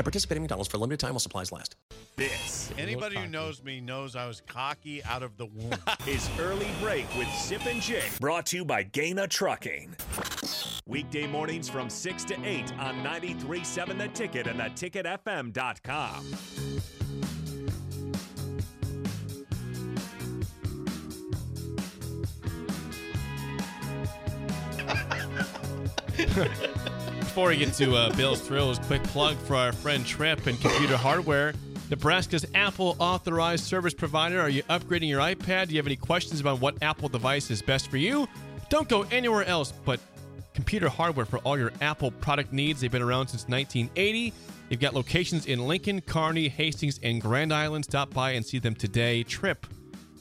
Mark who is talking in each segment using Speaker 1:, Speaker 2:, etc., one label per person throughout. Speaker 1: participate in McDonald's for a limited time while supplies last.
Speaker 2: This,
Speaker 3: Anybody who knows me knows I was cocky out of the womb.
Speaker 2: is Early Break with Sip and Jake,
Speaker 4: Brought to you by Gaina Trucking.
Speaker 2: weekday mornings from 6 to 8 on 93.7 The Ticket and theticketfm.com.
Speaker 5: Before we get to uh, Bill's Thrills, quick plug for our friend Trip and Computer Hardware, Nebraska's Apple authorized service provider. Are you upgrading your iPad? Do you have any questions about what Apple device is best for you? Don't go anywhere else but computer hardware for all your Apple product needs. They've been around since 1980. They've got locations in Lincoln, Kearney, Hastings, and Grand Island. Stop by and see them today. Trip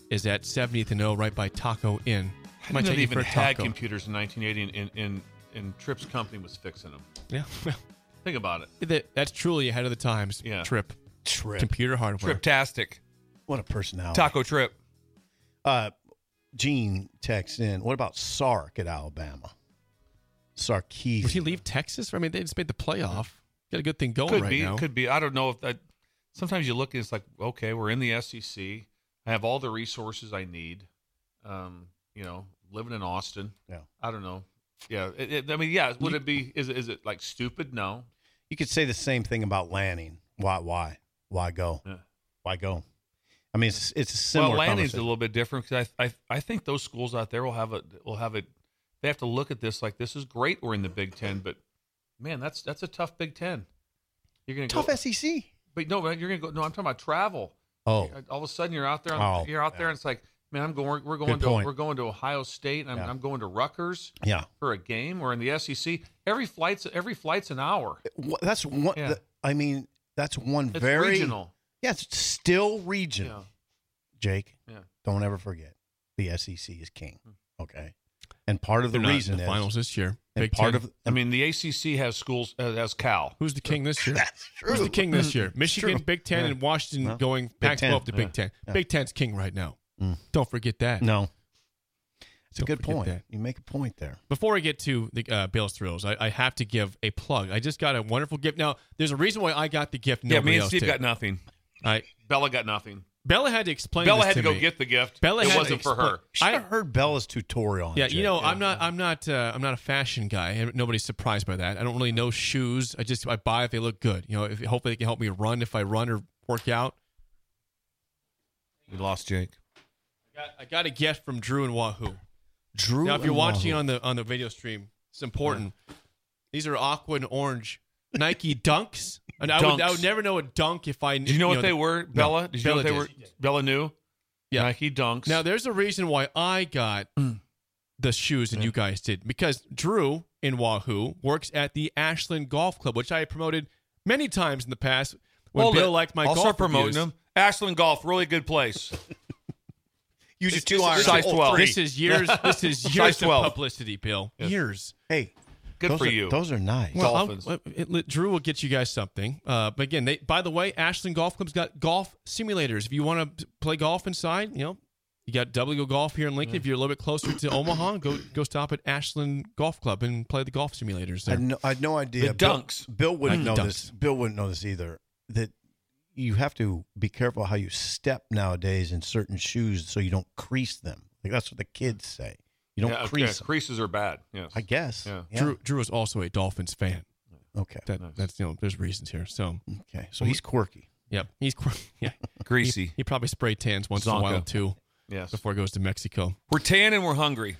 Speaker 5: is at 70th and O right by Taco Inn.
Speaker 3: I didn't know
Speaker 5: take
Speaker 3: they
Speaker 5: you
Speaker 3: even
Speaker 5: for a
Speaker 3: had
Speaker 5: taco.
Speaker 3: computers in 1980, and, and, and, and Tripp's company was fixing them.
Speaker 5: Yeah, well,
Speaker 3: Think about it.
Speaker 5: that- that's truly ahead of the times.
Speaker 3: Yeah.
Speaker 5: Trip.
Speaker 6: Trip.
Speaker 5: Computer hardware.
Speaker 6: Triptastic.
Speaker 7: What a personality.
Speaker 6: Taco Trip.
Speaker 7: Uh, Gene texts in. What about Sark at Alabama? Sarkeesian.
Speaker 5: Would he leave Texas? I mean, they just made the playoff. Got a good thing going
Speaker 3: Could
Speaker 5: right
Speaker 3: be.
Speaker 5: now.
Speaker 3: Could be. I don't know if that. Sometimes you look and it's like, okay, we're in the SEC. I have all the resources I need. Um, you know, living in Austin.
Speaker 7: Yeah.
Speaker 3: I don't know. Yeah. It, it- I mean, yeah. Would it be? Is it, is it like stupid? No.
Speaker 7: You could say the same thing about Lanning. Why? Why? Why go?
Speaker 3: Yeah.
Speaker 7: Why go? I mean, it's it's a similar.
Speaker 3: well, Lanning's a
Speaker 7: conversation.
Speaker 3: little bit different because I, I I think those schools out there will have a will have a they have to look at this like this is great. We're in the Big Ten, but man, that's that's a tough Big Ten. You're gonna
Speaker 7: tough
Speaker 3: go,
Speaker 7: SEC.
Speaker 3: but no, you're gonna go. No, I'm talking about travel.
Speaker 7: Oh,
Speaker 3: all of a sudden you're out there. on
Speaker 7: Oh,
Speaker 3: you're out there,
Speaker 7: yeah.
Speaker 3: and it's like, man, I'm going. We're going
Speaker 7: Good
Speaker 3: to
Speaker 7: point.
Speaker 3: we're going to Ohio State. And I'm,
Speaker 7: Yeah.
Speaker 3: I'm going to Rutgers
Speaker 7: yeah.
Speaker 3: for a game. We're in the SEC. Every flight's every flight's an hour.
Speaker 7: Wha- That's one.
Speaker 3: Yeah.
Speaker 7: the- I mean, that's one
Speaker 3: It's
Speaker 7: very
Speaker 3: regional.
Speaker 7: Yeah, it's still regional.
Speaker 3: Yeah.
Speaker 7: Jake,
Speaker 3: Yeah. Hmm.
Speaker 7: don't ever forget the SEC is king. Okay, and part of the
Speaker 5: They're not in
Speaker 7: reason
Speaker 5: the
Speaker 7: is
Speaker 5: finals this year.
Speaker 7: and
Speaker 5: Big
Speaker 7: part
Speaker 5: Ten.
Speaker 7: of
Speaker 3: I mean, the ACC has schools uh, has Cal.
Speaker 5: who's the king this year?
Speaker 7: that's true.
Speaker 5: Who's the king this year?
Speaker 7: It's
Speaker 5: Michigan,
Speaker 7: true.
Speaker 5: Big Ten,
Speaker 7: Yeah.
Speaker 5: and Washington
Speaker 7: Well,
Speaker 5: going Pac-12
Speaker 7: Big
Speaker 5: to
Speaker 7: Ten.
Speaker 5: Big Ten.
Speaker 7: Yeah.
Speaker 5: Big Ten's king right now.
Speaker 7: Mm.
Speaker 5: Don't forget that.
Speaker 7: No, it's a
Speaker 5: Don't
Speaker 7: good
Speaker 5: forget
Speaker 7: point.
Speaker 5: that.
Speaker 7: You make a point there.
Speaker 5: Before I get to the uh, Bill's thrills, I, I have to give a plug. I just got a wonderful gift. Now, there's a reason why I got the gift. Nobody
Speaker 3: yeah, me and
Speaker 5: else
Speaker 3: Steve
Speaker 5: did.
Speaker 3: got nothing.
Speaker 5: I,
Speaker 3: Bella got nothing.
Speaker 5: Bella had to explain.
Speaker 3: Bella
Speaker 5: this
Speaker 3: had to go
Speaker 5: me.
Speaker 3: get the gift.
Speaker 5: Bella
Speaker 3: it
Speaker 5: had
Speaker 3: wasn't
Speaker 5: to
Speaker 3: for her.
Speaker 5: expla-
Speaker 7: I
Speaker 5: I
Speaker 7: heard Bella's tutorial. On
Speaker 5: Yeah,
Speaker 7: Jake.
Speaker 5: you know, I'm not, I'm not, uh, I'm not a fashion guy, and nobody's surprised by that. I don't really know shoes. I just I buy if they look good. You know, if hopefully they can help me run if I run or work out.
Speaker 6: We lost Jake.
Speaker 5: I got, I got a gift from Drew and Wahoo.
Speaker 6: Drew.
Speaker 5: Now, if you're
Speaker 6: and
Speaker 5: watching
Speaker 6: Wahoo.
Speaker 5: on the on the video stream, it's important. These are aqua and orange Nike Dunks, and I would I would
Speaker 3: Dunks.
Speaker 5: never know a dunk if I.
Speaker 3: Did you know what they were, Bella? Did you know what they were? Bella knew.
Speaker 5: Yeah.
Speaker 3: Nike dunks.
Speaker 5: Now, there's a reason why I got the shoes and you guys did because Drew in Wahoo works at the Ashland Golf Club, which I promoted many times in the past when
Speaker 3: Hold
Speaker 5: Bill
Speaker 3: it.
Speaker 5: liked my
Speaker 3: I'll
Speaker 5: golf
Speaker 3: start promoting
Speaker 5: reviews.
Speaker 3: them. Ashland Golf, really good place.
Speaker 7: Use your
Speaker 3: two iron.
Speaker 5: This is-
Speaker 3: Size 12.
Speaker 5: This is years. This is years
Speaker 3: Size
Speaker 5: of
Speaker 3: 12.
Speaker 5: publicity, Bill. Years.
Speaker 7: Hey,
Speaker 3: Good
Speaker 7: those
Speaker 3: for
Speaker 7: are,
Speaker 3: you.
Speaker 7: Those are nice.
Speaker 3: Well,
Speaker 5: I'll-
Speaker 3: Dolphins.
Speaker 5: well, it- it- Drew will get you guys something. Uh, but again, they by the way, Ashland Golf Club's got golf simulators. If you want to play golf inside, you know, you got W Golf here in Lincoln. If you're a little bit closer to Omaha, go go stop at Ashland Golf Club and play the golf simulators
Speaker 7: I
Speaker 5: there.
Speaker 7: had no, I had no idea.
Speaker 3: The
Speaker 7: Bill-
Speaker 3: dunks.
Speaker 7: Bill, wouldn't
Speaker 5: Mm,
Speaker 7: know
Speaker 5: dunks.
Speaker 7: this. Bill wouldn't know this either. That you have to be careful how you step nowadays in certain shoes so you don't crease them. Like that's what the kids say. You don't
Speaker 3: Yeah, okay,
Speaker 7: crease. them.
Speaker 3: Creases are bad. Yes.
Speaker 7: I guess.
Speaker 3: Yeah.
Speaker 5: Drew Drew is also a Dolphins fan.
Speaker 7: Okay.
Speaker 5: That that's you know, there's reasons here. So
Speaker 3: Mm-hmm.
Speaker 7: Okay. So he's quirky.
Speaker 5: yep, he's qu- yeah
Speaker 3: Greasy.
Speaker 5: He probably spray tans once in a
Speaker 3: Zonka.
Speaker 5: while too
Speaker 3: yes.
Speaker 5: before he goes to Mexico.
Speaker 3: We're tan and we're hungry.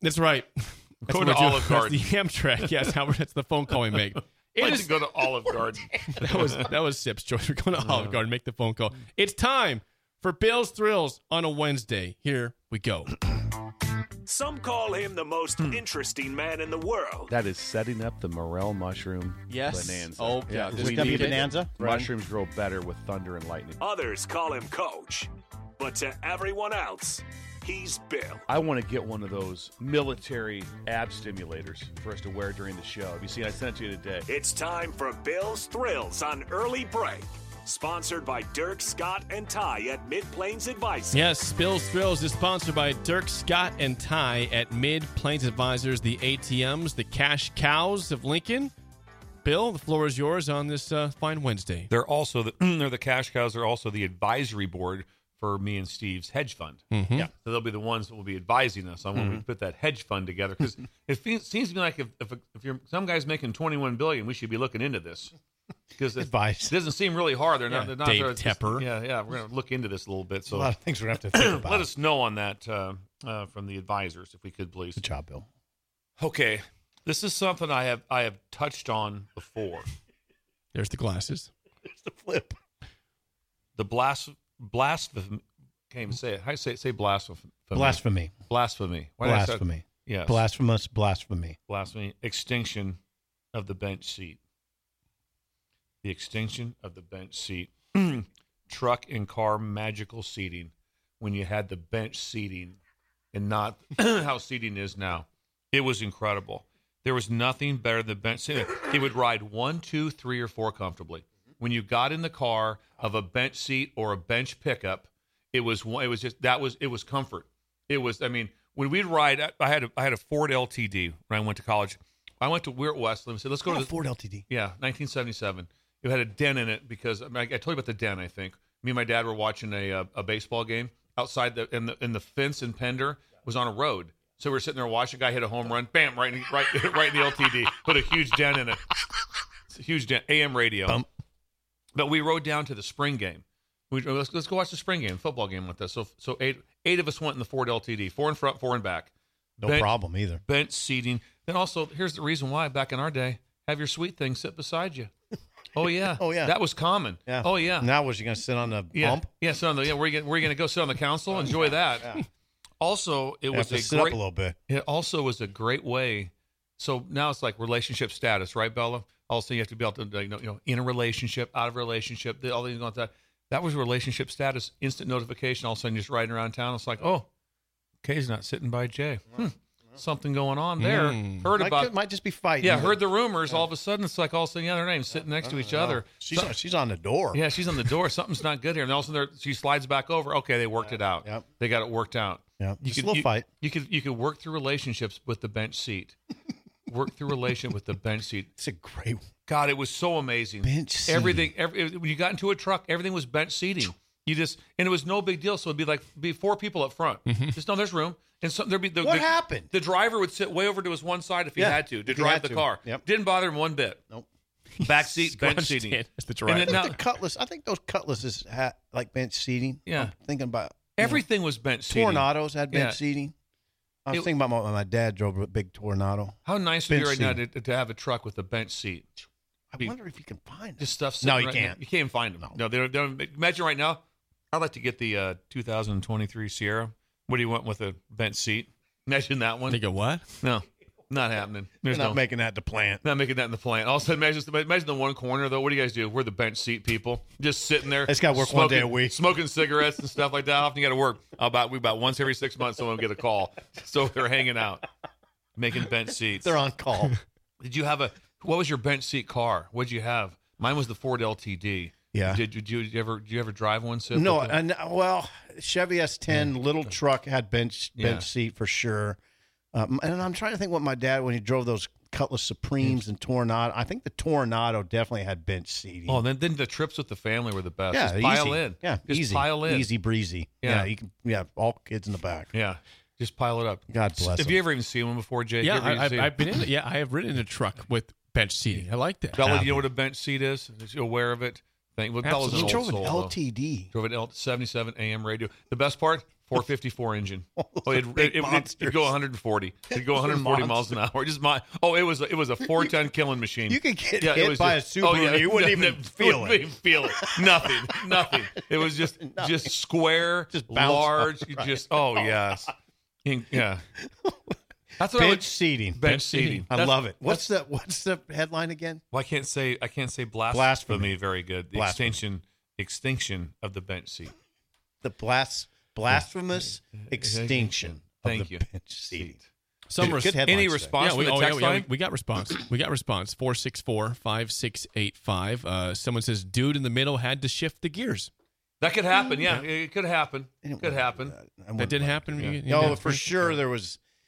Speaker 5: That's right. That's
Speaker 3: Going
Speaker 5: what
Speaker 3: to
Speaker 5: we're doing.
Speaker 3: Olive Garden.
Speaker 5: That's the Amtrak. Yes, Howard. That's the phone call we make.
Speaker 3: I
Speaker 5: It
Speaker 3: like
Speaker 5: is
Speaker 3: to go to Olive Garden.
Speaker 5: That was that was Sip's choice. We're going to Olive Garden. Make the phone call. It's time for Bill's Thrills on a Wednesday. Here we go.
Speaker 8: Some call him the most
Speaker 5: Hmm.
Speaker 8: interesting man in the world.
Speaker 9: That is setting up the morel mushroom
Speaker 10: Yes.
Speaker 9: bonanza.
Speaker 10: Oh, yeah.
Speaker 7: Is this
Speaker 9: We
Speaker 7: gonna be a
Speaker 9: need it.
Speaker 7: bonanza, Brian?
Speaker 9: Mushrooms grow better with thunder and lightning.
Speaker 8: Others call him coach. But to everyone else, he's Bill.
Speaker 9: I want to get one of those military ab stimulators for us to wear during the show. Have you seen? I sent it to you today.
Speaker 8: It's time for Bill's Thrills on Early Break. Sponsored by Dirk, Scott, and Ty at Mid Plains Advice.
Speaker 5: Yes, Bill's Thrills is sponsored by Dirk Scott and Ty at Mid Plains Advisors, the ATMs, the cash cows of Lincoln. Bill, the floor is yours on this uh, fine Wednesday.
Speaker 3: They're also the, they're the cash cows. They're also the advisory board for me and Steve's hedge fund.
Speaker 7: Mm-hmm.
Speaker 3: Yeah, Mm-hmm. so they'll be the ones that will be advising us on when we put that hedge fund together. Because it fe- seems to me like if if, if you're, some guy's making twenty one billion, we should be looking into this because it
Speaker 7: Advice.
Speaker 3: doesn't seem really hard. They're
Speaker 5: Yeah,
Speaker 3: not. They're not
Speaker 5: Dave
Speaker 3: they're just-
Speaker 5: Tepper.
Speaker 3: Yeah, yeah. We're gonna look into this a little bit.
Speaker 7: A
Speaker 3: So
Speaker 7: lot of things we're gonna have to think about.
Speaker 3: let us know on that uh, uh, from the advisors, if we could, please.
Speaker 7: Good job, Bill.
Speaker 3: Okay, this is something I have I have touched on before.
Speaker 5: There's the glasses.
Speaker 7: Flip.
Speaker 3: the blas blasphemy can't even say it. How do you say it? say blasphemy?
Speaker 7: Blasphemy.
Speaker 3: Blasphemy. Why did I say-
Speaker 7: Blasphemy.
Speaker 3: Yes.
Speaker 7: Blasphemous blasphemy.
Speaker 3: blasphemy. Extinction of the bench seat. The extinction of the bench seat. Truck and car magical seating when you had the bench seating and not how seating is now. It was incredible. There was nothing better than bench seating. They would ride one, two, three, or four comfortably. When you got in the car of a bench seat or a bench pickup, it was one- it was just that was it was comfort. It was I mean when we'd ride I, I had a, I had a Ford LTD when I went to college. I went to we're at Wesleyan. We said let's go to
Speaker 7: Oh,
Speaker 3: the,
Speaker 7: Ford LTD.
Speaker 3: yeah, 1977. It had a dent in it because I, mean, I, I told you about the dent. I think me and my dad were watching a uh, a baseball game outside the and the and the fence in Pender was on a road. So we were sitting there watching. A guy hit a home run, bam, right in, right right in the LTD, put a huge dent in it. It's a huge dent. AM radio.
Speaker 7: Bump.
Speaker 3: But we rode down to the spring game. We let's, let's go watch the spring game, football game with us. So so eight eight of us went in the Ford LTD, four in front, four in back
Speaker 7: No
Speaker 3: Ben-
Speaker 7: problem either.
Speaker 3: bench seating. Then also, here's the reason why back in our day, have your sweet thing sit beside you. Oh yeah.
Speaker 7: Oh, yeah.
Speaker 3: That was common. Oh yeah.
Speaker 7: Now was you gonna sit on the
Speaker 3: yeah.
Speaker 7: bump?
Speaker 3: Yeah. Sit on the yeah. Where you gonna- where you going to go sit on the council? Enjoy that. Also, it
Speaker 7: You have
Speaker 3: was
Speaker 7: to
Speaker 3: a
Speaker 7: sit
Speaker 3: great.
Speaker 7: up a little bit.
Speaker 3: It also was a great way. So now it's like relationship status, right, Bella? Also, you have to be able to like, you know, you know in a relationship, out of a relationship, all these like that. That was relationship status, instant notification. All of a sudden, you're just riding around town. It's like, oh, Kay's not sitting by Jay. Hmm, something going on there.
Speaker 5: Mm.
Speaker 3: Heard
Speaker 7: Might,
Speaker 3: about
Speaker 7: might just be fighting.
Speaker 3: yeah, heard the rumors. All of a sudden, it's like all of a sudden, yeah, they're not even sitting next to each other.
Speaker 7: She's on, she's on the door.
Speaker 3: Yeah, she's on the door. Something's not good here. And all of a sudden, they're- she slides back over. Okay, they worked it out.
Speaker 7: Yep.
Speaker 3: They got it worked out.
Speaker 7: Yep.
Speaker 3: You
Speaker 7: Just a
Speaker 3: could,
Speaker 7: little
Speaker 3: you-
Speaker 7: fight.
Speaker 3: You could you could work through relationships with the bench seat. work through relation with the bench seat.
Speaker 7: It's a great one.
Speaker 3: God, it was so amazing.
Speaker 7: Bench seating.
Speaker 3: Everything. Every, when you got into a truck, everything was bench seating. You just and it was no big deal. So it'd be like be four people up front. Just no, there's room. And so there'd be the,
Speaker 7: Mm-hmm. What
Speaker 3: the-
Speaker 7: happened?
Speaker 3: The driver would sit way over to his one side if he
Speaker 7: Yeah,
Speaker 3: had to to
Speaker 7: if he
Speaker 3: drive
Speaker 7: had
Speaker 3: the
Speaker 7: to.
Speaker 3: car.
Speaker 7: Yep.
Speaker 3: Didn't bother him one bit.
Speaker 7: Nope.
Speaker 3: Back seat, bench
Speaker 5: Squashed
Speaker 3: seating.
Speaker 5: it as the
Speaker 3: And then
Speaker 5: driver.
Speaker 3: now-
Speaker 7: the cutlass. I think those cutlasses had like bench seating.
Speaker 3: Yeah.
Speaker 7: I'm thinking about you know,
Speaker 3: everything was bench seating.
Speaker 7: tornadoes had bench
Speaker 3: Yeah.
Speaker 7: seating. I was
Speaker 3: It-
Speaker 7: thinking about my, my dad drove a big tornado.
Speaker 3: How nice would it be
Speaker 7: Bench
Speaker 3: right now to,
Speaker 7: seating.
Speaker 3: to have a truck with a bench seat?
Speaker 7: I
Speaker 3: Be-
Speaker 7: wonder if you can find it.
Speaker 3: Just stuff. sitting
Speaker 7: No, you
Speaker 3: right-
Speaker 7: can't.
Speaker 3: You can't find them. No, they don't, they don't- Imagine right now. I'd like to get the uh, 2023 Sierra. What do you want with a bench seat? Imagine that one.
Speaker 5: They go what?
Speaker 3: No, not happening.
Speaker 7: You're
Speaker 3: There's
Speaker 7: not
Speaker 3: no.
Speaker 7: making that to plant.
Speaker 3: not making that in the plant. Also, imagine imagine the one corner though. What do you guys do? We're the bench seat people, just sitting there.
Speaker 7: It's gotta work one day a
Speaker 3: smoking-
Speaker 7: week.
Speaker 3: smoking cigarettes and stuff like that. Often you got to work about we about once every six months. Someone will get a call, so they're hanging out. making bench seats.
Speaker 7: They're on call.
Speaker 3: Did you have a? What was your bench seat car? What'd you have? Mine was the Ford LTD.
Speaker 7: Yeah.
Speaker 3: Did, did you, did you ever? Did you ever drive one? Sip?
Speaker 7: No,
Speaker 3: With the-
Speaker 7: and well, Chevy S10 little truck had bench bench
Speaker 3: Yeah.
Speaker 7: seat for sure. Um, and I'm trying to think what my dad when he drove those Cutlass Supremes and Tornado. I think the Tornado definitely had bench seating.
Speaker 3: oh, and then then the trips with the family were the best.
Speaker 7: yeah,
Speaker 3: Just
Speaker 7: easy.
Speaker 3: pile in.
Speaker 7: Yeah,
Speaker 3: Just
Speaker 7: easy.
Speaker 3: pile in.
Speaker 7: Easy breezy.
Speaker 3: Yeah.
Speaker 7: Yeah, you can. Yeah, all kids in the back.
Speaker 3: Yeah. Just pile it up.
Speaker 7: God bless
Speaker 3: Have
Speaker 7: them.
Speaker 3: you ever even seen one before, Jake?
Speaker 5: yeah,
Speaker 3: You ever
Speaker 5: I,
Speaker 3: even
Speaker 5: I've,
Speaker 3: seen-
Speaker 5: I've been in. Yeah, I have ridden in a truck with bench seating. I like that.
Speaker 3: Bella, do you know what a bench seat is? Is you aware of it? Thank well, Bella's an
Speaker 7: He
Speaker 3: old
Speaker 7: drove an
Speaker 3: soul, though.
Speaker 7: LTD.
Speaker 3: Drove an L seventy seven AM radio. The best part, four fifty four engine. Oh, it,
Speaker 7: big
Speaker 3: it, it, it,
Speaker 7: monsters.
Speaker 3: it'd go one hundred and forty. It'd go
Speaker 7: Those are
Speaker 3: one hundred and forty miles an hour. Just my oh, it was a, it was a four ton killing machine.
Speaker 7: you could get hit by a
Speaker 3: oh,
Speaker 7: Subaru and you wouldn't even feel
Speaker 3: wouldn't
Speaker 7: it.
Speaker 3: even feel it. Nothing, nothing. It was just just square, just
Speaker 7: bounce off,
Speaker 3: large. you
Speaker 7: right.
Speaker 3: Just oh yes, In- yeah. That's what I
Speaker 7: bench
Speaker 3: would,
Speaker 7: seating.
Speaker 3: Bench seating.
Speaker 7: I
Speaker 3: That's-
Speaker 7: love it. What's the What's the headline again?
Speaker 3: Well, I can't say I can't say blasphemy,
Speaker 7: Blasphemy.
Speaker 3: very good. The
Speaker 7: Blasphemy.
Speaker 3: extinction extinction of the bench seat.
Speaker 7: The blast blasphemous extinction.
Speaker 3: Thank
Speaker 7: of the
Speaker 3: you.
Speaker 7: Bench seating.
Speaker 5: Some
Speaker 7: Good-
Speaker 5: res-
Speaker 7: good headlines
Speaker 3: any
Speaker 7: today.
Speaker 3: response
Speaker 5: we,
Speaker 3: from the
Speaker 5: oh,
Speaker 3: text
Speaker 5: yeah, we,
Speaker 3: line?
Speaker 5: we got response. We got response. 464 5685. Uh, someone says, dude in the middle had to shift the gears.
Speaker 3: that could happen. Yeah, it could happen. Could happen.
Speaker 5: That did happen. You- you
Speaker 7: No,
Speaker 5: did.
Speaker 7: for sure there was.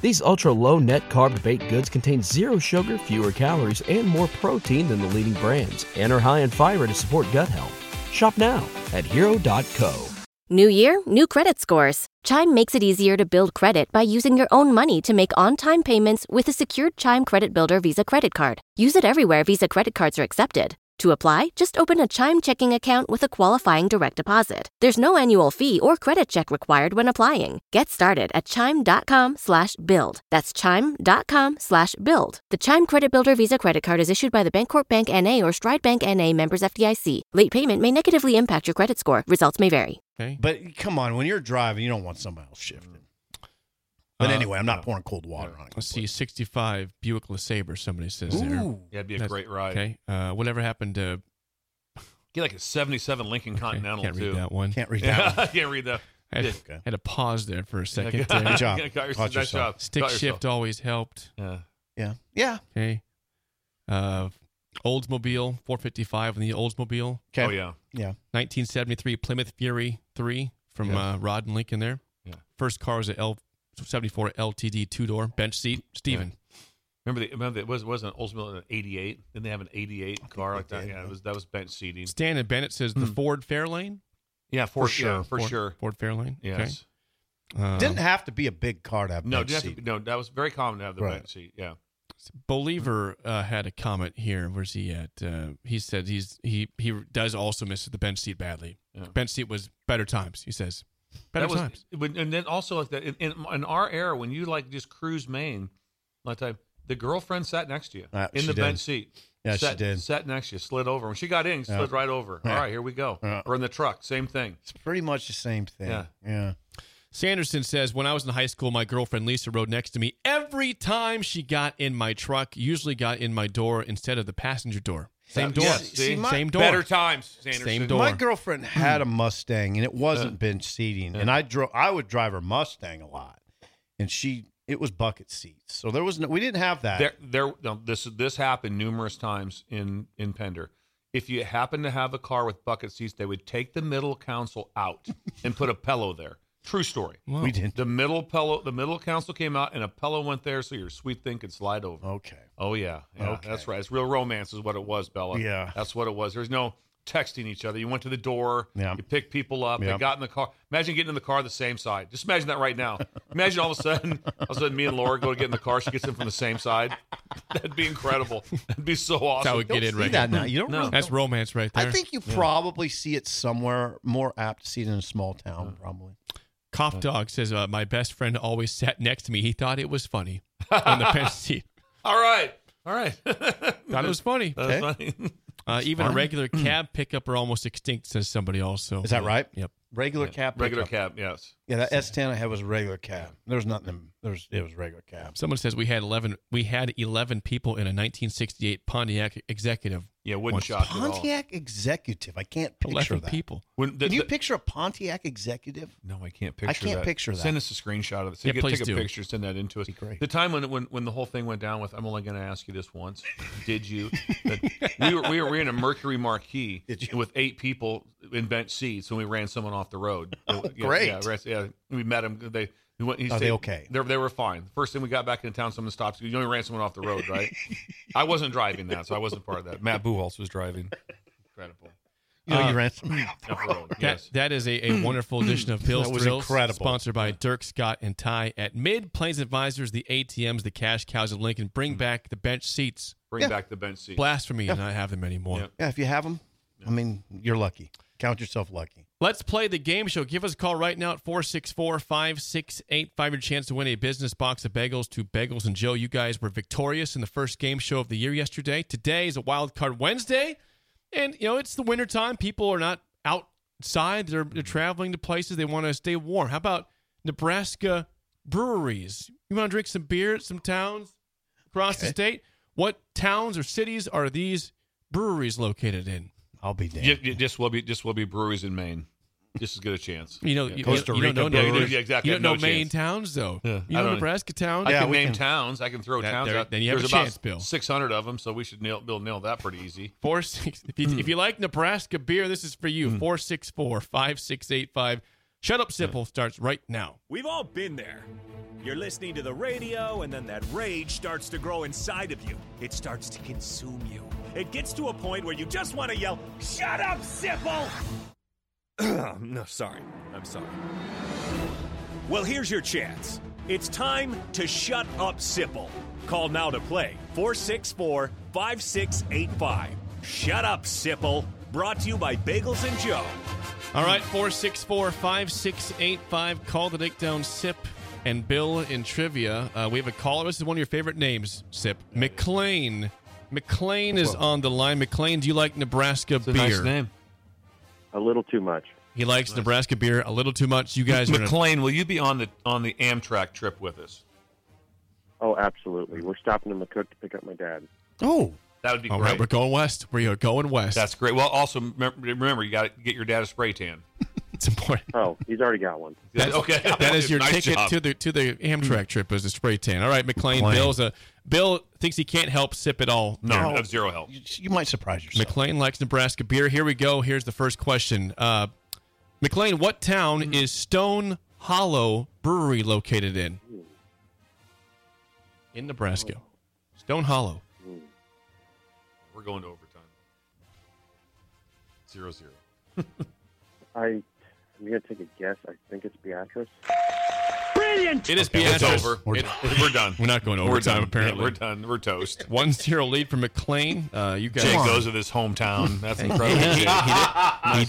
Speaker 10: These ultra low net carb baked goods contain zero sugar, fewer calories, and more protein than the leading brands, and are high in fiber to support gut health. Shop now at hero.co.
Speaker 11: New year, new credit scores. Chime makes it easier to build credit by using your own money to make on time payments with a secured Chime Credit Builder Visa credit card. Use it everywhere Visa credit cards are accepted. To apply, just open a Chime checking account with a qualifying direct deposit. There's no annual fee or credit check required when applying. Get started at chime.com slash build. That's chime.com slash build. The Chime Credit Builder Visa credit card is issued by the Bancorp Bank NA or Stride Bank NA members FDIC. Late payment may negatively impact your credit score. Results may vary.
Speaker 5: Okay.
Speaker 7: But come on, when you're driving, you don't want somebody else shifting. But
Speaker 5: Uh,
Speaker 7: anyway, I'm not pouring cold water on it.
Speaker 5: Let's see, 65 Buick LeSabre, somebody says there.
Speaker 7: Ooh.
Speaker 3: Yeah, it'd be a
Speaker 5: That's-
Speaker 3: great ride.
Speaker 5: Okay. Uh, whatever happened to. eh,
Speaker 3: Get like a '77 Lincoln Continental
Speaker 5: can't read
Speaker 3: too.
Speaker 5: that one.
Speaker 7: Can't read that.
Speaker 3: Yeah,
Speaker 7: one.
Speaker 3: can't read that.
Speaker 5: I had,
Speaker 7: Okay.
Speaker 5: had to pause there for a second.
Speaker 3: Yeah,
Speaker 5: there.
Speaker 7: Good job.
Speaker 3: Got your-
Speaker 7: Caught
Speaker 3: nice
Speaker 7: yourself.
Speaker 3: job.
Speaker 5: Stick
Speaker 3: Got
Speaker 5: shift
Speaker 3: yourself.
Speaker 5: always helped.
Speaker 3: Yeah. Oh,
Speaker 7: Yeah. Yeah.
Speaker 5: Okay. Uh, Oldsmobile 455 and the Oldsmobile.
Speaker 7: Okay.
Speaker 3: Oh yeah.
Speaker 7: Yeah.
Speaker 5: 1973 Plymouth Fury 3 from
Speaker 3: Yeah.
Speaker 5: uh, Rod and Lincoln there.
Speaker 3: Yeah.
Speaker 5: First car was a L 74 LTD two door bench seat. Steven.
Speaker 3: Remember the remember the, it was wasn't ultimately an '88. Didn't they have an '88 car like that? Yeah, it was that was bench seating.
Speaker 5: Stan and Bennett says the Ford Fairlane.
Speaker 3: Yeah, for,
Speaker 7: For
Speaker 3: sure,
Speaker 7: sure.
Speaker 3: Hmm. for
Speaker 5: Ford,
Speaker 3: sure.
Speaker 5: Ford Fairlane.
Speaker 3: Yes.
Speaker 5: Okay. Uh,
Speaker 7: Didn't have to be a big car to have
Speaker 3: No,
Speaker 7: bench
Speaker 3: didn't have to
Speaker 7: seat.
Speaker 3: be- no, that was very common to have the
Speaker 7: Right.
Speaker 3: bench seat. Yeah.
Speaker 5: Believer uh, had a comment here. Where's he at? Uh, he said he's he he does also miss the bench seat badly.
Speaker 3: Yeah.
Speaker 5: Bench seat was better times. He says better
Speaker 3: That was-
Speaker 5: times.
Speaker 3: when- and then also like that in, in, in our era when you like just cruise Maine, a lot of time the girlfriend sat next to you
Speaker 7: Uh,
Speaker 3: in
Speaker 7: she
Speaker 3: the
Speaker 7: did.
Speaker 3: bench seat.
Speaker 7: Yeah, she
Speaker 3: sat,
Speaker 7: did.
Speaker 3: Sat next to you, slid over. When she got in, slid right over.
Speaker 7: Yeah.
Speaker 3: All right, here we go.
Speaker 7: Yeah.
Speaker 3: Or in the truck, same thing.
Speaker 7: It's pretty much the same thing.
Speaker 3: Yeah.
Speaker 7: Yeah.
Speaker 5: Sanderson says, When I was in high school, my girlfriend Lisa rode next to me every time she got in my truck, usually got in my door instead of the passenger door. Same
Speaker 3: That-
Speaker 5: door.
Speaker 3: yes, see?
Speaker 5: same door.
Speaker 3: Better times, Sanderson.
Speaker 5: Same door.
Speaker 7: My girlfriend had a Mustang and it
Speaker 3: Uh,
Speaker 7: wasn't bench seating. And I drove I would drive her Mustang a lot. And she it was bucket seats. So there was no we didn't have that.
Speaker 3: There, there. No, this this happened numerous times in in Pender. if you happen to have a car with bucket seats, they would take the middle console out and put a pillow there. True story.
Speaker 7: Wow. We didn't.
Speaker 3: The middle pillow, the middle console came out, and a pillow went there, so your sweet thing could slide over.
Speaker 7: Okay.
Speaker 3: Oh yeah, yeah
Speaker 7: Okay.
Speaker 3: that's right. It's real romance, is what it was, Bella.
Speaker 7: Yeah.
Speaker 3: that's what it was. There's no texting each other. You went to the door.
Speaker 7: Yeah.
Speaker 3: You picked people up.
Speaker 7: Yeah.
Speaker 3: They got in the car. Imagine getting in the car the same side. Just imagine that right now. Imagine all of a sudden, all of a sudden, me and Laura go to get in the car. She gets in from the same side. That'd be incredible. That'd be so awesome.
Speaker 5: That's how we get in
Speaker 7: see
Speaker 5: right
Speaker 7: that
Speaker 5: now.
Speaker 7: now. You don't really-
Speaker 5: That's romance right there.
Speaker 7: I think you probably see it somewhere more apt to see it in a small
Speaker 3: Uh.
Speaker 7: town, probably.
Speaker 5: Cough Dog says, uh, My best friend always sat next to me. He thought it was funny on the bench seat.
Speaker 3: All right. All right.
Speaker 5: Thought it was funny.
Speaker 3: That was funny.
Speaker 5: Uh, even a
Speaker 3: Funny.
Speaker 5: regular cab pickup are almost extinct, says somebody also.
Speaker 7: Is that right?
Speaker 5: Yep.
Speaker 7: Regular
Speaker 3: Yeah.
Speaker 7: cab.
Speaker 3: Regular
Speaker 7: pickup.
Speaker 3: cab, yes.
Speaker 7: Yeah, that S ten I had was a regular cab. There was nothing. in- There was it was regular cab.
Speaker 5: Someone says we had eleven. We had eleven people in a 1968 Pontiac executive.
Speaker 3: Yeah,
Speaker 5: once.
Speaker 3: wouldn't shock you at all.
Speaker 7: Pontiac executive. I can't picture
Speaker 5: 11
Speaker 7: that.
Speaker 5: people.
Speaker 3: When the-
Speaker 7: Can you
Speaker 3: the-
Speaker 7: picture a Pontiac executive?
Speaker 3: No, I can't
Speaker 7: I
Speaker 3: picture.
Speaker 7: can't
Speaker 3: that.
Speaker 7: picture that.
Speaker 3: Send us a screenshot of it. So
Speaker 5: Yeah,
Speaker 3: you can
Speaker 5: please
Speaker 3: take
Speaker 5: do.
Speaker 3: a picture, send that into us.
Speaker 7: great.
Speaker 3: The time when, when when the whole thing went down with, I'm only going to ask you this once. Did you? that- we were we were, we were in a Mercury marquee with eight people in bench seats when we ran someone off the road. Oh,
Speaker 7: great.
Speaker 3: Yeah, right, yeah, we met him. They. We went, he
Speaker 7: Are
Speaker 3: said-
Speaker 7: they okay?
Speaker 3: They they were fine. First thing we got back into town, someone stops. You only ran someone off the road, right? I wasn't driving that, so I wasn't part of that. Matt Buholz was driving. Incredible.
Speaker 7: You know,
Speaker 5: Uh,
Speaker 7: you ran somebody off the
Speaker 3: off the
Speaker 7: road.
Speaker 3: road. Yes.
Speaker 5: That, that is a, a wonderful edition of Bill's
Speaker 7: That was
Speaker 5: Thrills,
Speaker 7: incredible.
Speaker 5: sponsored by Dirk, Scott, and Ty at Mid Plains Advisors, the ATMs, the cash cows of Lincoln. Bring back the bench seats.
Speaker 3: Bring back the bench seats.
Speaker 5: Blasphemy
Speaker 7: Mm. Yeah.
Speaker 5: to not have them anymore.
Speaker 3: Yeah.
Speaker 7: Yeah, if you have them, I mean, you're lucky. Count yourself lucky.
Speaker 5: Let's play the game show. Give us a call right now at 464 5685. Your chance to win a business box of bagels to Bagels and Joe. You guys were victorious in the first game show of the year yesterday. Today is a wild card Wednesday. And, you know, it's the wintertime. People are not outside, they're, they're traveling to places. They want to stay warm. How about Nebraska breweries? You want to drink some beer at some towns across the
Speaker 7: Okay.
Speaker 5: state? What towns or cities are these breweries located in?
Speaker 7: I'll be damned.
Speaker 3: Ju- ju- This will be this will be breweries in Maine. This is good a chance.
Speaker 5: You know, you,
Speaker 7: Costa
Speaker 5: you don't know
Speaker 7: Rica
Speaker 5: Nebraska-
Speaker 7: breweries.
Speaker 3: Yeah, exactly.
Speaker 5: You don't know
Speaker 3: No
Speaker 5: Maine
Speaker 3: chance.
Speaker 5: towns though.
Speaker 3: Yeah.
Speaker 5: You
Speaker 3: I
Speaker 5: know
Speaker 3: don't-
Speaker 5: Nebraska towns.
Speaker 3: I
Speaker 7: Yeah,
Speaker 3: can
Speaker 7: we
Speaker 3: name
Speaker 7: can-
Speaker 3: towns. I can throw
Speaker 5: That-
Speaker 3: towns
Speaker 5: there-
Speaker 3: out.
Speaker 5: then you have
Speaker 3: There's
Speaker 5: a chance,
Speaker 3: about
Speaker 5: Bill.
Speaker 3: Six hundred of them, so we should nail, Bill nail that pretty easy.
Speaker 5: Four six. If you, if you like Nebraska beer, this is for
Speaker 7: Hmm.
Speaker 5: you. Four six four five six eight five. Shut up, simple starts right now.
Speaker 8: We've all been there. You're listening to the radio, and then that rage starts to grow inside of you. It starts to consume you. It gets to a point where you just want to yell, Shut up, Sipple! no, sorry. I'm sorry. Well, here's your chance. It's time to shut up, Sipple. Call now to play 464 5685. Shut up, Sipple. Brought to you by Bagels and Joe.
Speaker 5: All right, four six four five six eight five. Call the Dick Down Sip and Bill in trivia. Uh, we have a caller. This is one of your favorite names, Sip McLean. McLean is on the line. McLean, do you like Nebraska beer?
Speaker 3: name.
Speaker 12: A little too much.
Speaker 5: He likes Nebraska beer a little too much. You guys are in a-
Speaker 3: McLean, will you be on the on the Amtrak trip with us?
Speaker 12: Oh, absolutely. We're stopping in McCook to pick up my dad.
Speaker 7: Oh,
Speaker 3: that would be
Speaker 5: All
Speaker 3: great.
Speaker 5: right, we're going west. We are going west.
Speaker 3: That's great. Well, also remem- remember, you got to get your dad a spray tan.
Speaker 5: it's important.
Speaker 12: Oh, he's already got one.
Speaker 5: That's,
Speaker 3: okay,
Speaker 5: that is your
Speaker 3: Nice
Speaker 5: ticket
Speaker 3: job.
Speaker 5: to the to the Amtrak trip as a spray tan. All right, McLean.
Speaker 7: McLean.
Speaker 5: Bill's a Bill thinks he can't help sip it all.
Speaker 3: no,
Speaker 7: No.
Speaker 3: of zero help.
Speaker 7: you, you might surprise yourself.
Speaker 5: McLean likes Nebraska beer. Here we go. Here's the first question. Uh, McLean, what town
Speaker 3: Hmm.
Speaker 5: is Stone Hollow Brewery located in? In Nebraska, Stone Hollow.
Speaker 3: We're going to overtime. Zero zero.
Speaker 12: I, I'm going to take a guess. I think it's Beatrice.
Speaker 8: Brilliant!
Speaker 5: It is
Speaker 3: Okay, it's
Speaker 5: Beatrice.
Speaker 3: over.
Speaker 7: We're
Speaker 3: It- we're done.
Speaker 5: We're not going
Speaker 3: We're
Speaker 5: overtime,
Speaker 3: done. Yeah,
Speaker 5: apparently.
Speaker 3: we're done. We're toast.
Speaker 5: One zero lead for McLean. Uh, you guys.
Speaker 3: Jake goes to his hometown. That's incredible.
Speaker 5: He,
Speaker 3: Jake.
Speaker 5: did,
Speaker 3: Nice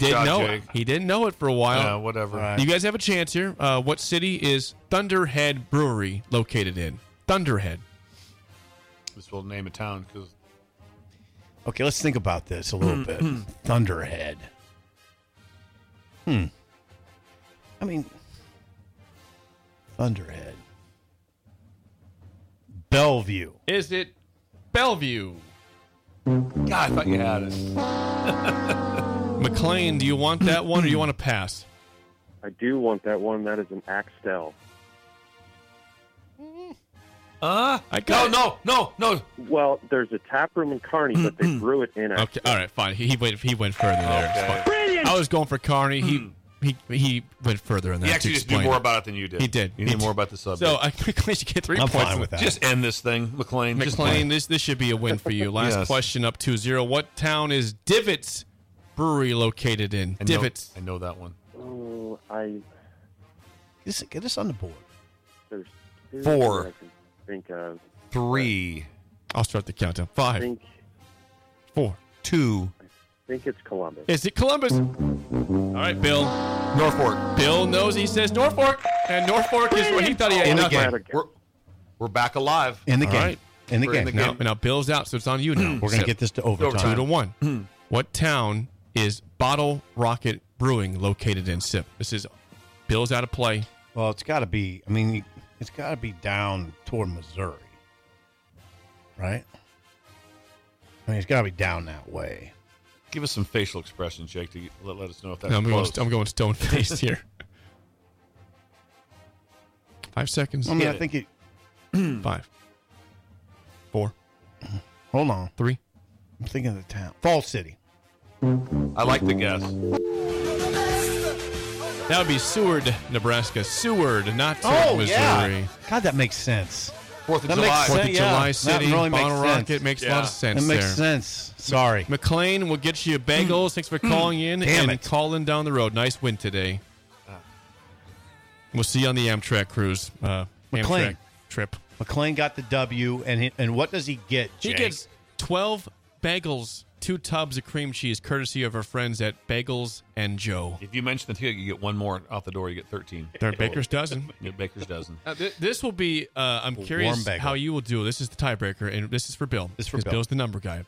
Speaker 5: not
Speaker 3: job,
Speaker 5: know
Speaker 3: Jake.
Speaker 5: it. He didn't know it for a while.
Speaker 3: Yeah, whatever.
Speaker 5: You guys have a chance here. Uh, what city is Thunderhead Brewery located in? Thunderhead.
Speaker 3: This will name a town because
Speaker 7: Okay, let's think about this a little bit. Thunderhead. Hmm. I mean, Thunderhead. Bellevue.
Speaker 5: Is it Bellevue?
Speaker 3: God, I thought you had it.
Speaker 5: McLean, do you want that one or you want to pass?
Speaker 12: I do want that one. That is an Axtell.
Speaker 3: Uh, I got no, no, no, no.
Speaker 12: Well, there's a tap room in Kearney, but they brew it in.
Speaker 5: Okay, all right, fine. He, he went. He went further there. It's fine. I was going for Carney. He he he went further in that.
Speaker 3: Hmm. He
Speaker 5: to
Speaker 3: actually just knew
Speaker 5: explain
Speaker 3: more about it than you did.
Speaker 5: He did.
Speaker 3: You knew
Speaker 5: He
Speaker 3: more
Speaker 5: did.
Speaker 3: about the subject.
Speaker 5: So I at least you get three
Speaker 3: I'm
Speaker 5: points
Speaker 3: fine with that. Just end this thing, McLean. Just
Speaker 5: McLean,
Speaker 3: end it.
Speaker 5: this this should be a win for you. Last
Speaker 3: Yes.
Speaker 5: question up 2-0. What town is Divots Brewery located in?
Speaker 3: I know-
Speaker 5: Divots.
Speaker 3: I know that one.
Speaker 12: Oh, I
Speaker 7: This, get this on the board.
Speaker 12: there's two
Speaker 3: Four.
Speaker 12: that I can think of.
Speaker 3: Three,
Speaker 5: I'll start the countdown.
Speaker 12: I
Speaker 5: Five,
Speaker 12: think
Speaker 5: four,
Speaker 3: two.
Speaker 12: think it's Columbus.
Speaker 5: Is it Columbus? All right, Bill.
Speaker 3: Norfolk.
Speaker 5: Bill knows. He says Norfolk, and Norfolk is what he thought he had.
Speaker 3: In the
Speaker 5: nothing.
Speaker 3: game. We're, we're back alive.
Speaker 7: In the
Speaker 5: All
Speaker 7: game.
Speaker 5: right.
Speaker 7: In the
Speaker 5: We're
Speaker 7: game.
Speaker 5: Now, now Bill's out, so it's on you now.
Speaker 7: We're gonna get this to overtime.
Speaker 5: Two to
Speaker 3: Hmm.
Speaker 5: one. what town is Bottle Rocket Brewing located in? Sip. This is Bill's out of play.
Speaker 7: Well, it's got to be. I mean, it's got to be down toward Missouri, right? I mean, it's got to be down that way.
Speaker 3: Give us some facial expressions, Jake, to let, let us know if that's
Speaker 5: No, I'm, going,
Speaker 3: close.
Speaker 5: I'm going stone faced here. Five seconds.
Speaker 7: I mean, I think it.
Speaker 5: Five. Four.
Speaker 7: Hold on.
Speaker 5: Three.
Speaker 7: I'm thinking of the town. Fall City.
Speaker 3: I like the guess.
Speaker 5: That would be Seward, Nebraska. Seward, not
Speaker 7: Oh,
Speaker 5: Missouri.
Speaker 7: yeah. God, that makes sense.
Speaker 3: Fourth of
Speaker 7: That
Speaker 3: July.
Speaker 7: makes
Speaker 5: Fourth
Speaker 7: sense.
Speaker 5: of
Speaker 7: yeah.
Speaker 5: July
Speaker 7: That
Speaker 5: City,
Speaker 7: really makes
Speaker 5: Bottle
Speaker 7: sense.
Speaker 5: Rocket makes a lot
Speaker 3: Yeah.
Speaker 5: of sense.
Speaker 7: That makes
Speaker 5: there.
Speaker 7: sense. Sorry.
Speaker 5: McLean will get you bagels. Thanks for calling in
Speaker 7: Hmm. Damn
Speaker 5: and
Speaker 7: it. Ah.
Speaker 5: calling down the road. Nice win today. We'll see you on the Amtrak cruise. Uh,
Speaker 7: McLean.
Speaker 5: Amtrak trip.
Speaker 7: McLean got the W, and he, and what does he get?
Speaker 5: She
Speaker 7: Jake?
Speaker 5: gets 12 bagels, two tubs of cream cheese, courtesy of her friends at Bagels and Joe.
Speaker 3: If you mention the ticket, you get one more out the door. You get 13.
Speaker 5: They're Baker's dozen.
Speaker 3: Yeah, Baker's dozen.
Speaker 5: Uh, thi- this will be. Uh, I'm
Speaker 7: Warm
Speaker 5: curious
Speaker 7: bagel.
Speaker 5: how you will do. This is the tiebreaker, and this is for Bill.
Speaker 7: This is for
Speaker 5: 'cause
Speaker 7: Bill.
Speaker 5: Bill's the number guy.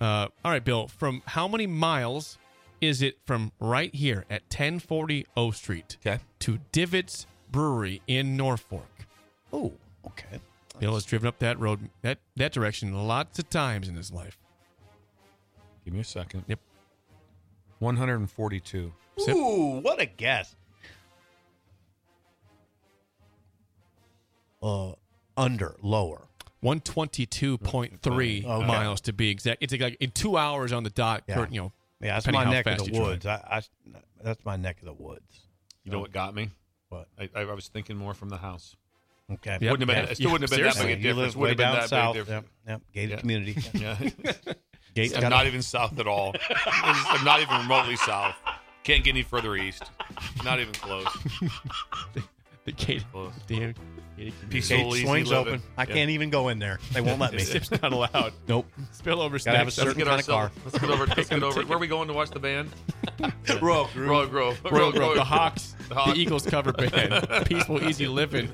Speaker 5: Uh, all right, Bill. From how many miles is it from right here at 1040 O Street
Speaker 3: Okay.
Speaker 5: to Divots Brewery in Norfolk?
Speaker 7: Oh, okay.
Speaker 5: Bill has driven up that road that that direction lots of times in his life.
Speaker 3: Give me a second.
Speaker 5: Yep.
Speaker 3: 142.
Speaker 5: Sip.
Speaker 7: Ooh, what a guess. Uh, under, lower.
Speaker 5: 122.3
Speaker 7: Okay.
Speaker 5: miles to be exact. It's like in two hours on the dot.
Speaker 7: Yeah.
Speaker 5: Kurt, you know,
Speaker 7: Yeah, that's
Speaker 5: depending
Speaker 7: my
Speaker 5: how
Speaker 7: neck
Speaker 5: fast
Speaker 7: of the
Speaker 5: you drive.
Speaker 7: woods. I, I, that's my neck of the woods.
Speaker 3: You know what got me?
Speaker 7: What?
Speaker 3: I, I I was thinking more from the house.
Speaker 7: Okay.
Speaker 5: Yep.
Speaker 3: Wouldn't have been.
Speaker 5: Yeah.
Speaker 3: It still wouldn't have been that
Speaker 5: Seriously.
Speaker 3: big a
Speaker 7: you
Speaker 3: difference.
Speaker 7: live
Speaker 3: Wouldn't
Speaker 7: way
Speaker 3: have
Speaker 7: down
Speaker 3: been that
Speaker 7: south.
Speaker 3: big a
Speaker 7: Yep.
Speaker 3: difference.
Speaker 7: yep. Gated
Speaker 3: Yeah.
Speaker 7: community.
Speaker 3: Yeah.
Speaker 7: Gates
Speaker 3: I'm
Speaker 7: got
Speaker 3: not
Speaker 7: a-
Speaker 3: even south at all. I'm not even remotely south. Can't get any further east. Not even close.
Speaker 5: the gate.
Speaker 3: Close.
Speaker 5: Damn.
Speaker 3: Peace
Speaker 7: Gate swings open. I can't even go in there. They won't let me.
Speaker 5: It's not allowed.
Speaker 7: nope.
Speaker 5: Spillover
Speaker 7: Gotta have a
Speaker 5: snacks.
Speaker 7: certain kind of car.
Speaker 3: Let's get over. Let's get over. Where are we going to watch the band? Royal Grove. Royal Grove.
Speaker 5: Royal Grove, the Hawks, the,
Speaker 3: Hawks.
Speaker 5: Eagles cover band, peaceful, easy living.